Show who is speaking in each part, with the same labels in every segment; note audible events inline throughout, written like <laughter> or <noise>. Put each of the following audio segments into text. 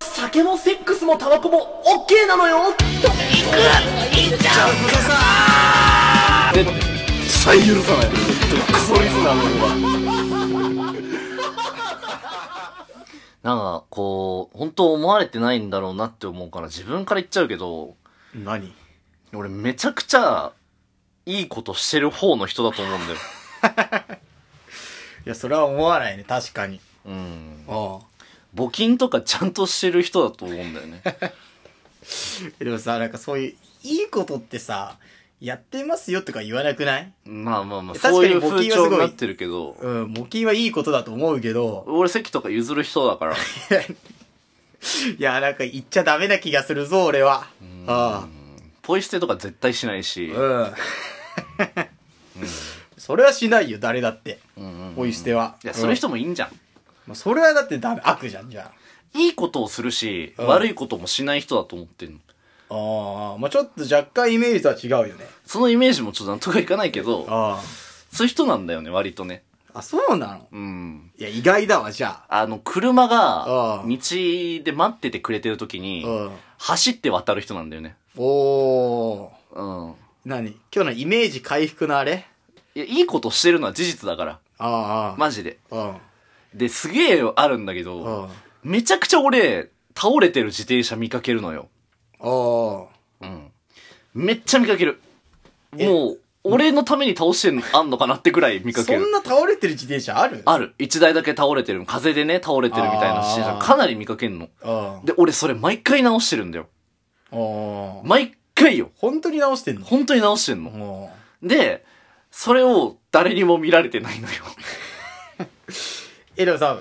Speaker 1: 酒もセックスもタバコも OK なのよと行く行っちゃうのさ絶対許さないクソリスナーの俺は
Speaker 2: なんか、こう、本当思われてないんだろうなって思うから、自分から言っちゃうけど、
Speaker 1: 何
Speaker 2: 俺めちゃくちゃ、いいことしてる方の人だと思うんだよ。
Speaker 1: いやそれは思わないね確かに
Speaker 2: うん。
Speaker 1: ああ
Speaker 2: 募金とかちゃんとしてる人だと思うんだよ
Speaker 1: <laughs>
Speaker 2: ね。
Speaker 1: でもさなんかそういういいことってさやってますよとか言わなくない
Speaker 2: まあまあまあ、
Speaker 1: 確かに
Speaker 2: そういう
Speaker 1: 募
Speaker 2: 風
Speaker 1: 金はすご
Speaker 2: 潮
Speaker 1: い
Speaker 2: になってるけど、
Speaker 1: うん募金はいいことだと思うけど
Speaker 2: 俺席とか譲る人だから。
Speaker 1: いやなんか言っちゃダメな気がするぞ俺はああ
Speaker 2: ポイ捨てとか絶対しないし。
Speaker 1: うんそれはしないよ誰だって
Speaker 2: うんうん
Speaker 1: ポイ捨てはい
Speaker 2: や、それ人もいいんじゃん。
Speaker 1: まあそれはだってダメ悪じゃんじゃあ
Speaker 2: いいことをするし、
Speaker 1: うん
Speaker 2: 悪いこともしない人だと思ってるの。
Speaker 1: ああまあちょっと若干イメージとは違うよね
Speaker 2: そのイメージもちょっとなんとかいかないけど、
Speaker 1: あ
Speaker 2: そういう人なんだよね、割とね。
Speaker 1: ああそうなの
Speaker 2: うん。
Speaker 1: いや意外だわじゃ
Speaker 2: あの、車が
Speaker 1: あ、あ
Speaker 2: 道で待っててくれてる時に
Speaker 1: うん、
Speaker 2: 走って渡る人なんだよね。
Speaker 1: おお
Speaker 2: うん。
Speaker 1: 何今日のイメージ回復のあれ
Speaker 2: いや、いいことしてるのは事実だから。
Speaker 1: ああ、
Speaker 2: マジで。
Speaker 1: あ、
Speaker 2: で、すげえあるんだけ
Speaker 1: うん。うん。
Speaker 2: ど
Speaker 1: あ、
Speaker 2: めちゃくちゃ俺、倒れてる自転車見かけるのよ。
Speaker 1: あ。
Speaker 2: うん。めっちゃ見かける。
Speaker 1: え
Speaker 2: もう、俺のために倒してんのあんのかなってくらい見かけ
Speaker 1: そ
Speaker 2: る。
Speaker 1: んな倒れてる自転車ある
Speaker 2: ある。一台だけ倒れてる。風でね、倒れてるみたいな自転車
Speaker 1: あー
Speaker 2: かなり見かけんの。
Speaker 1: あ
Speaker 2: で、俺それ毎回直してるんだよ。
Speaker 1: あ。ああ。
Speaker 2: 毎回よ。
Speaker 1: 本当に直してんの
Speaker 2: 本当に直してんの。
Speaker 1: も
Speaker 2: で、それを誰にも見られてないのよ。
Speaker 1: う。え、でもさ、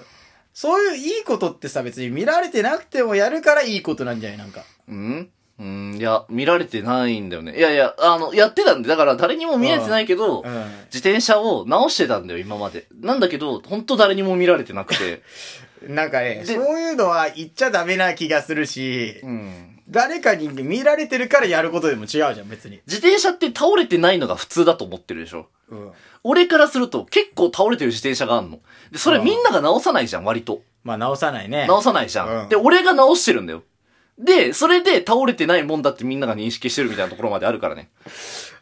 Speaker 1: そういういいことってさ、別に見られてなくてもやるからいいことなんじゃないなんか。
Speaker 2: うんうん、いや、見られてないんだよね。いやいや、あの、やってたんで、だから誰にも見られてないけど、
Speaker 1: うん。
Speaker 2: 自転車を直してたんだよ、今まで。なんだけど、本当誰にも見られてなくて。
Speaker 1: なんかね、
Speaker 2: で
Speaker 1: そういうのは言っちゃダメな気がするし、
Speaker 2: うん。
Speaker 1: 誰かに見られてるからやることでも違うじゃん、別に。
Speaker 2: 自転車って倒れてないのが普通だと思ってるでしょ。
Speaker 1: うん。
Speaker 2: 俺からすると結構倒れてる自転車があんの。で、それみんなが直さないじゃん、割と。
Speaker 1: まあ直さないね。
Speaker 2: 直さないじゃん。
Speaker 1: うん
Speaker 2: で、俺が直してるんだよ。で、それで倒れてないもんだってみんなが認識してるみたいなところまであるからね。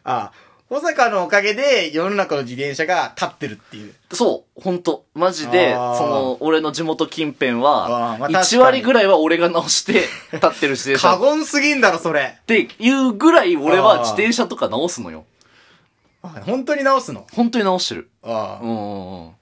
Speaker 1: ああ。保坂のおかげで世の中の自転車が立ってるっていう。
Speaker 2: そう、ほんと。マジで、
Speaker 1: あー
Speaker 2: その、俺の地元近辺
Speaker 1: あ
Speaker 2: は
Speaker 1: ー、まあ
Speaker 2: 1割ぐらいは俺が直して立ってる自
Speaker 1: <laughs>
Speaker 2: 転車
Speaker 1: 過
Speaker 2: っ
Speaker 1: 言すぎんだろ、それ。
Speaker 2: ていうぐらい俺は自転車とか直すのよ。
Speaker 1: 本当に直すの。
Speaker 2: 本当に直してる。
Speaker 1: あ
Speaker 2: うんうんうん。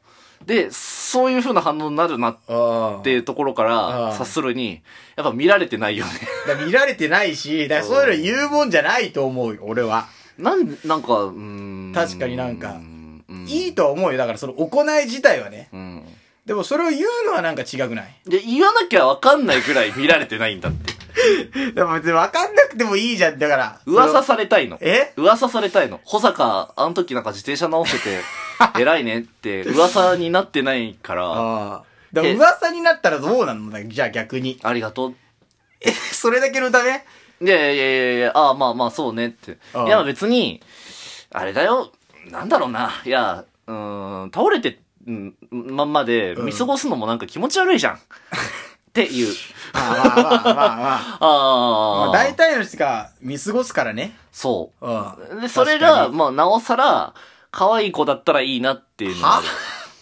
Speaker 2: で、そういう風な反応になるなっ
Speaker 1: あ
Speaker 2: ていうところか
Speaker 1: あ
Speaker 2: ら、
Speaker 1: ー
Speaker 2: 察するに、やっぱ見られてないよね。 <laughs>
Speaker 1: だから見られてないし、だからそういうの言うもんじゃないと思うよ、俺は。
Speaker 2: なん、なんか、うーん。
Speaker 1: 確かになんか
Speaker 2: うん、うん
Speaker 1: いいとは思うよ、だからその行い自体はね。
Speaker 2: うん。
Speaker 1: でもそれを言うのはなんか違くない
Speaker 2: で、言わなきゃわかんないぐらい見られてないんだって。
Speaker 1: でも別に分かんなくてもいいじゃん、だから。
Speaker 2: 噂
Speaker 1: そ
Speaker 2: されたいの。
Speaker 1: のえ
Speaker 2: 噂されたいの。保坂、あの時なんか自転車直して
Speaker 1: <laughs>
Speaker 2: て、偉いねって噂になってないから、
Speaker 1: ああ。だから噂になったらどうなんだじゃあ逆に。 <laughs>
Speaker 2: ありがとう。
Speaker 1: え、それだけのため
Speaker 2: いやいやいやいや、ああまあまあそうねって。
Speaker 1: ああ
Speaker 2: いや別に、あれだよ、なんだろうな。いや、うーん、倒れて、うんまんまで
Speaker 1: うん
Speaker 2: 見過ごすのもなんか気持ち悪い
Speaker 1: <laughs>
Speaker 2: じゃん。っていう。
Speaker 1: まあまあまあまあまあ。ま
Speaker 2: <laughs> ああ。
Speaker 1: あ大体の人が見過ごすからね。
Speaker 2: そうう。
Speaker 1: ん。
Speaker 2: で、それが、
Speaker 1: 確かに
Speaker 2: まあ、なおさら、可愛い子だったらいいなっていうのがあ
Speaker 1: は
Speaker 2: る
Speaker 1: <laughs>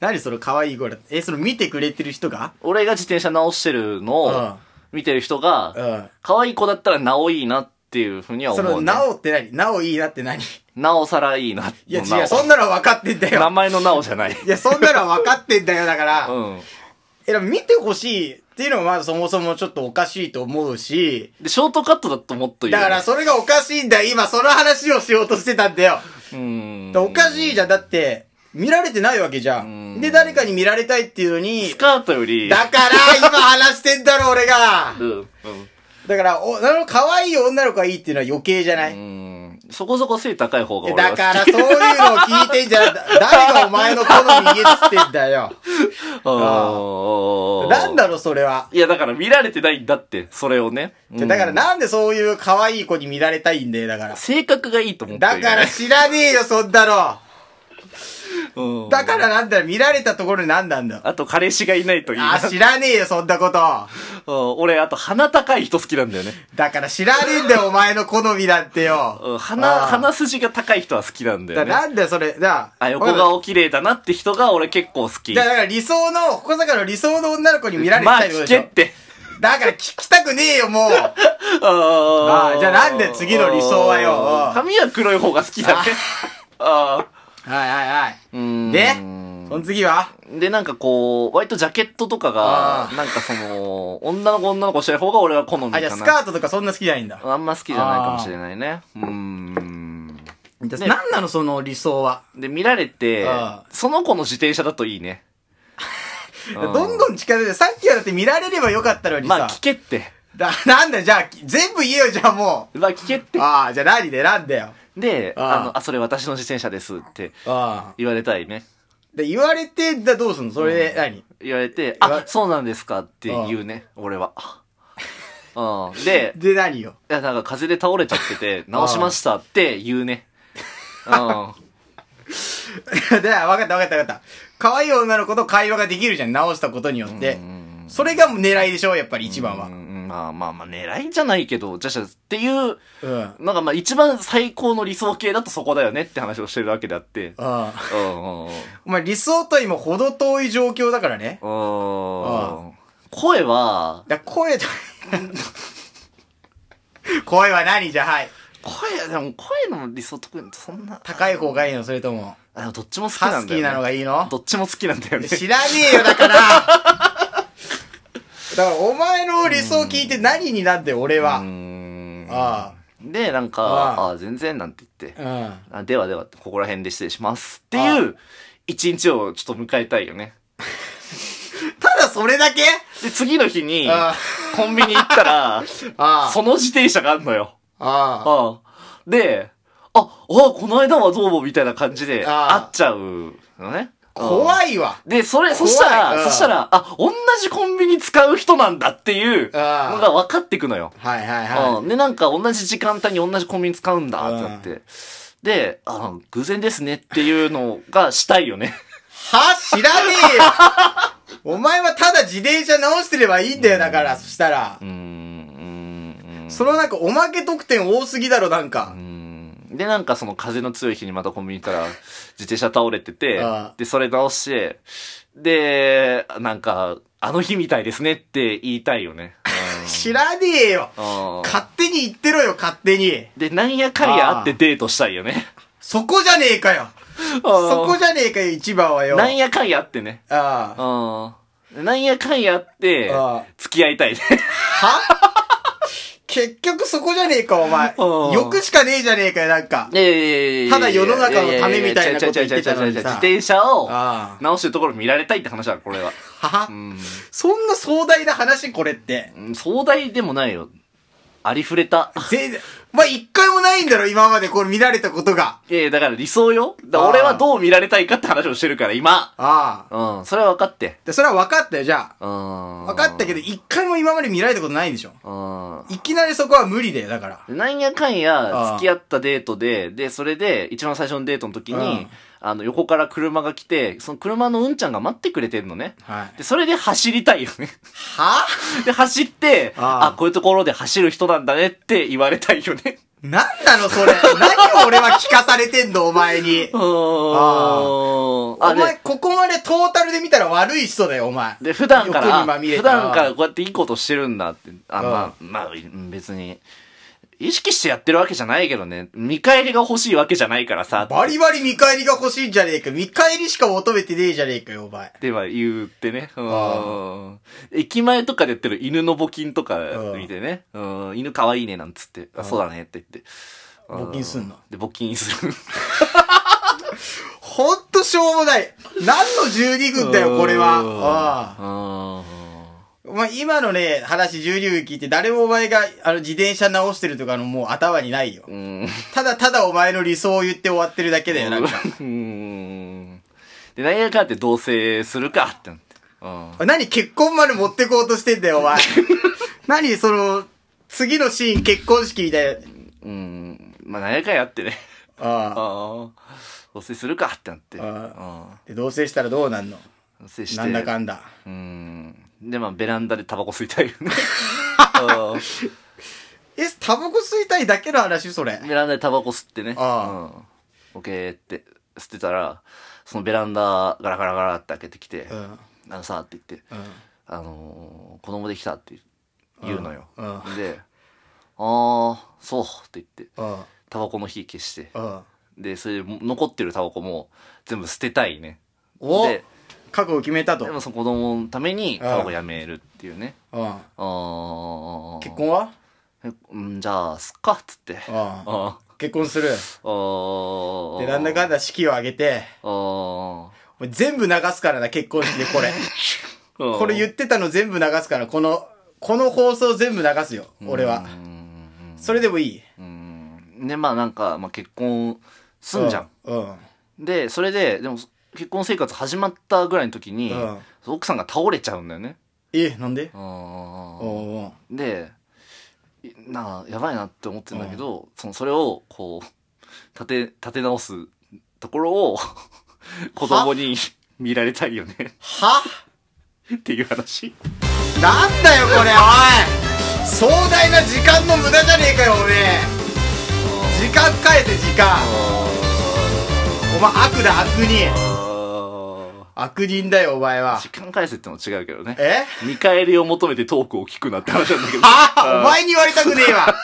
Speaker 1: 何その可愛い声だえ、その見てくれてる人が
Speaker 2: 俺が自転車直してるの
Speaker 1: うん
Speaker 2: を、見てる人が、
Speaker 1: うん。
Speaker 2: 可愛い子だったらなおいいなっていうふうには
Speaker 1: そ
Speaker 2: 思う、
Speaker 1: の、
Speaker 2: ね。
Speaker 1: なおって何なおいいなって
Speaker 2: <laughs>
Speaker 1: 何い
Speaker 2: なおさらいいな。
Speaker 1: や
Speaker 2: な
Speaker 1: 違
Speaker 2: お
Speaker 1: う、そんなのは分かってんだ
Speaker 2: 名
Speaker 1: よ。
Speaker 2: 前のなおじゃ
Speaker 1: <laughs>
Speaker 2: ない。
Speaker 1: いや、そんなのは分かってんだよ、だから。
Speaker 2: うん。
Speaker 1: え、でも見てほしいっていうのはまずそもそもちょっとおかしいと思うし、
Speaker 2: で、ショートカットだともっといいよ
Speaker 1: だ
Speaker 2: ね。
Speaker 1: からそれがおかしいんだよ、今その話をしようとしてたんだよ。
Speaker 2: うーん。
Speaker 1: おかしいじゃん、だって、見られてないわけじゃ。
Speaker 2: うんん
Speaker 1: で、誰かに見られたいっていうのに
Speaker 2: ス、カートより、
Speaker 1: だから今話してんだろ、俺が
Speaker 2: う。ん。うん。
Speaker 1: だから、お、なの、可愛い女の子がいいっていうのは余計じゃな
Speaker 2: う
Speaker 1: い
Speaker 2: ん。そこそこ背高い方が
Speaker 1: え
Speaker 2: 俺は
Speaker 1: だ
Speaker 2: 好き
Speaker 1: から、そういうのを聞いてんじゃん。だ <laughs> 誰がお前の好み言えっつってんだよ。
Speaker 2: うん。
Speaker 1: なんだろ、それは。
Speaker 2: いや、だから見られてないんだって、それをね。
Speaker 1: じゃだから
Speaker 2: な、
Speaker 1: なんでそういう可愛い子に見られたいんだよ、だから。
Speaker 2: 性格がいいと思ってる
Speaker 1: だ
Speaker 2: よね
Speaker 1: から知らねえよ、そんなの。
Speaker 2: うん
Speaker 1: だからなんだよ、見られたところに何なんだよ。
Speaker 2: あと彼氏がいないといいな
Speaker 1: あ、知らねえよ、そんなこと。
Speaker 2: うん俺、あと鼻高い人好きなんだよね。
Speaker 1: だから知らねえんだよ、お前の好みだって
Speaker 2: うん
Speaker 1: よ。
Speaker 2: 鼻、
Speaker 1: あー
Speaker 2: 鼻筋が高い人は好きなんだよ
Speaker 1: だ
Speaker 2: ね。
Speaker 1: なんだよ、それ。だ
Speaker 2: あ、横顔綺麗だなって人が俺結構好き。
Speaker 1: だから理想の、小坂の理想の女の子に見られて
Speaker 2: まあ
Speaker 1: たいってこ
Speaker 2: 聞
Speaker 1: とでし
Speaker 2: け
Speaker 1: ょ <laughs>
Speaker 2: って。
Speaker 1: だから聞きたくねえよ、もう。
Speaker 2: あ
Speaker 1: あーじゃあなんで次の理想はよ
Speaker 2: あー髪は黒い方が好きだね。あ
Speaker 1: はいはいはい。
Speaker 2: ーうーん
Speaker 1: で、その次は
Speaker 2: で、なんかこう、割とジャケットとかが
Speaker 1: あ、ー
Speaker 2: なんかその、女の子女の子してる方が俺は好み
Speaker 1: あ、
Speaker 2: か
Speaker 1: じゃあ
Speaker 2: な。
Speaker 1: スカートとかそんな好きじゃないんだ。
Speaker 2: あんま好きじゃないかもしれないね。うーん。
Speaker 1: で
Speaker 2: ね
Speaker 1: 何なの、その理想は。
Speaker 2: で、見られて
Speaker 1: あ、
Speaker 2: その子の自転車だといいね。うん
Speaker 1: どんどん近づいて、さっきはだって見られればよかったのにさ。
Speaker 2: まあ聞けって。
Speaker 1: だ <laughs> なんだよ、じゃあ、全部言えよ、じゃあも
Speaker 2: まあ聞けって
Speaker 1: <laughs> う。。ああ、じゃあ何でなんだよ。
Speaker 2: で、
Speaker 1: ああ
Speaker 2: あの、あ、それ私の自転車ですって
Speaker 1: ああ。
Speaker 2: 言われたいね。
Speaker 1: で、言われて、だどうすんのそれで何、
Speaker 2: 言われて、
Speaker 1: 言
Speaker 2: あ
Speaker 1: わ、
Speaker 2: そうなんですかって言うね、俺
Speaker 1: <laughs>
Speaker 2: は。うん。で、
Speaker 1: で何よ。
Speaker 2: いや、なんか風で倒れちゃってて、直しましたって言うね。うん。
Speaker 1: <laughs> で、わかったわかったわかった。可愛い女の子と会話ができるじゃん、直したことによって。それがもう狙いでしょ、やっぱり一 <laughs> 番
Speaker 2: う
Speaker 1: は。
Speaker 2: んまあまあまあ、狙いじゃないけど、じゃあじゃあっていう、
Speaker 1: うん。あ
Speaker 2: なんかまあ一番最高の理想形だとそこだよねって話をしてるわけであって。
Speaker 1: あ。
Speaker 2: うんうんうん。うん
Speaker 1: お前理想と今ほど遠い状況だからね。あ
Speaker 2: 声は、
Speaker 1: だ声と、声は何じゃあはい。
Speaker 2: 声、でも声の理想特にそんな、
Speaker 1: 高い方がいいのそれとも、
Speaker 2: あでもどっちも好きな
Speaker 1: ハ
Speaker 2: ん
Speaker 1: ス
Speaker 2: だ
Speaker 1: キ
Speaker 2: よ、ね。
Speaker 1: ーなのがいいの
Speaker 2: どっちも好きなんだよね。
Speaker 1: 知らねえよ、だから。だから、お前の理想聞いて何になんだよ、俺
Speaker 2: うー
Speaker 1: は。
Speaker 2: ん
Speaker 1: あ
Speaker 2: で、なんか、
Speaker 1: あ
Speaker 2: あ
Speaker 1: あ
Speaker 2: あ全然なんて言って、
Speaker 1: あ。
Speaker 2: あではでは、ここら辺で失礼しますっていう、一日をちょっと迎えたいよね。
Speaker 1: うん。ただそれだけ
Speaker 2: で、次の日に
Speaker 1: あ、
Speaker 2: コンビニ行ったら、
Speaker 1: <laughs> あ
Speaker 2: その自転車があんのよ。
Speaker 1: あ。ああ。
Speaker 2: ああで、あ、あ、この間はどうもみたいな感じで、
Speaker 1: ああ
Speaker 2: 会っちゃうのね。い
Speaker 1: 怖いわ。
Speaker 2: で、それ、そした
Speaker 1: 怖い
Speaker 2: ら、
Speaker 1: うん
Speaker 2: そしたら、あ、同じコンビニ使う人なんだっていうの
Speaker 1: ああ
Speaker 2: が分かってくのよ。
Speaker 1: はいはいは
Speaker 2: うん。で、なんか同じ時間帯に同じコンビニ使うんだってなって。で、あの、偶然ですねっていうのがしたいよね。
Speaker 1: い。は知らねえよ。お前はただ自転車直してればいいんだよ、だから、そしたら
Speaker 2: <laughs> う。ーん、うーん、
Speaker 1: そのなんか、おまけ特典多すぎだろ、なんか
Speaker 2: うー。ん。で、なんかその風の強い日にまたコンビニ行ったら、自転車倒れてて
Speaker 1: ああ、
Speaker 2: で、それ直して、で、なんか、あの日みたいですねって言いたいよね。
Speaker 1: 知らねえよ。
Speaker 2: うんうん
Speaker 1: 勝手に言ってろよ、勝手に。
Speaker 2: で、なんやかんやあってデートしたいよね。 <laughs>
Speaker 1: そこじゃねえかよ。そこじゃねえかよ、一番はよ。
Speaker 2: なんやかんやあってね。
Speaker 1: ああ。
Speaker 2: うん。なんやかんやあって
Speaker 1: ああ、
Speaker 2: 付き合いたいね。
Speaker 1: は <laughs> 結局そこじゃねえか、お前。
Speaker 2: うん
Speaker 1: 欲しかねえじゃねえかよ、なんか。
Speaker 2: え
Speaker 1: ただ世の中のためみたいなこと言ってたのにさ
Speaker 2: 自転車を
Speaker 1: ああ
Speaker 2: 直してるところ見られたいって話だ、これは。
Speaker 1: は
Speaker 2: うん
Speaker 1: そんな壮大な話、これって。
Speaker 2: うん壮大でもないよ。ありふれた。
Speaker 1: 全然、まあ、一回もないんだろ、今までこれ見られたことが。
Speaker 2: いやいやだから理想よ。だから
Speaker 1: ああ
Speaker 2: 俺はどう見られたいかって話をしてるから、今。
Speaker 1: ああ。
Speaker 2: うん、それは分かって。
Speaker 1: で、それは分かったよ、じゃ
Speaker 2: うん。
Speaker 1: あ。
Speaker 2: 分
Speaker 1: 分かったけど、一回も今まで見られたことないんでしょ。
Speaker 2: ど。
Speaker 1: いきなりそこは無理だよ、だから。
Speaker 2: うん。なんやかんや
Speaker 1: ああ
Speaker 2: 付き合ったデートで、で、それで、一番最初のデートの時
Speaker 1: う
Speaker 2: に
Speaker 1: ん、
Speaker 2: あの、横から車が来て、その車のうんちゃんが待ってくれてんのね。
Speaker 1: はい。
Speaker 2: で、それで走りたいよね。
Speaker 1: は
Speaker 2: <laughs> で、走って、
Speaker 1: あ
Speaker 2: あ
Speaker 1: あ
Speaker 2: こういうところで走る人なんだねって言われたいよね。
Speaker 1: なんなの、
Speaker 2: <laughs>
Speaker 1: それ。何を俺は聞かされてんの、お前に。
Speaker 2: お
Speaker 1: お前、
Speaker 2: 前、
Speaker 1: ここまでトータルで見たら悪い人だよ、お前。
Speaker 2: で、普段か
Speaker 1: 欲
Speaker 2: ら、
Speaker 1: にまみれ
Speaker 2: 普
Speaker 1: た
Speaker 2: 段からこうやっていいことしてるんだって。あ、
Speaker 1: あ
Speaker 2: まあ、まあ、うん別に。意識してやってるわけじゃないけどね。見返りが欲しいわけじゃないからさ。
Speaker 1: バ
Speaker 2: っ
Speaker 1: リバリ見返りが欲しいんじゃねえか。見返りしか求めてねえじゃねえかよ、お前。
Speaker 2: ては言ってね。うん。駅前とかでやってる犬の募金とか見てね。うん。犬可愛いねなんつって。あ、そうだねって言って。うん
Speaker 1: 募金すんの
Speaker 2: で、募金する。
Speaker 1: ほんとしょうもない。何の12分だよ、これは。ああ
Speaker 2: は。
Speaker 1: お前、今のね、話12分聞いて、誰もお前が、あの、自転車直してるとかのもう頭にないよ
Speaker 2: う。ん。
Speaker 1: ただただお前の理想を言って終わってるだけだよ、なんか。
Speaker 2: うん。で、何やかんやって同棲するかってなって。うん。
Speaker 1: 何結婚まで持ってこうとしてんだよ、
Speaker 2: <laughs>
Speaker 1: お前。何その、次のシーン結婚式みたいな。
Speaker 2: うん。まあ、何やかんやってね。
Speaker 1: ああ。
Speaker 2: ああ。同棲するかってなって。
Speaker 1: あ
Speaker 2: うん
Speaker 1: で同棲したらどうなんの
Speaker 2: 同棲して。
Speaker 1: なんだかんだ
Speaker 2: うん。で、まあ、ベランダでタバコ吸いたいよ
Speaker 1: <laughs>
Speaker 2: ね。
Speaker 1: えタバコ吸いたいだけの話それ
Speaker 2: ベランダでタバコ吸ってね。
Speaker 1: あ
Speaker 2: うん。オケーって吸ってたら、そのベランダガラガラガラって開けてきて、
Speaker 1: うん
Speaker 2: あのさ、って言って、
Speaker 1: うん
Speaker 2: あのー子供できたって言うのよ。
Speaker 1: うんう
Speaker 2: で、ああ、そうって言って、
Speaker 1: うん
Speaker 2: タバコの火消して、
Speaker 1: うん
Speaker 2: で、それで残ってるタバコも全部捨てたいね。
Speaker 1: お
Speaker 2: で
Speaker 1: 覚悟決めたと、
Speaker 2: で
Speaker 1: うん
Speaker 2: も、その子供のためにタバコやめるっていうね。ああ。
Speaker 1: 結婚は
Speaker 2: えうんじゃあ、すっかっつって。
Speaker 1: ああ
Speaker 2: あ
Speaker 1: 結婚する
Speaker 2: あ。
Speaker 1: でなんだかん
Speaker 2: だ。
Speaker 1: だ式を挙げて
Speaker 2: あ
Speaker 1: もう全部流すからな結婚式でこれ
Speaker 2: あ。
Speaker 1: これ言
Speaker 2: っ
Speaker 1: ってたの全部流すからこのこの放送全部流すよ俺はそれでもいい
Speaker 2: うん。で、まあなんか、まあ結婚すんじゃん。
Speaker 1: うんうん
Speaker 2: で、それで、でも、結婚生活始まったぐらいの時に、
Speaker 1: うん
Speaker 2: 奥さんが倒れちゃうんだよね。
Speaker 1: えなんでおう
Speaker 2: あ
Speaker 1: おう
Speaker 2: あ。で、いなんか、やばいなって思ってんだけど、その、それを、こう、立て、立て直すところを、子供に見られたいよね
Speaker 1: は
Speaker 2: っていう話。
Speaker 1: なんだよこれおい壮大な時間の無駄じゃねえかよおめえ時間返せ時間お前悪だ悪人
Speaker 2: あ
Speaker 1: 悪人だよお前
Speaker 2: ー
Speaker 1: は
Speaker 2: 時間返せってのは違うけどね。
Speaker 1: え
Speaker 2: 見返りを求めてトークを聞くなって話なんだけど。
Speaker 1: ああお前に言われたくねえわ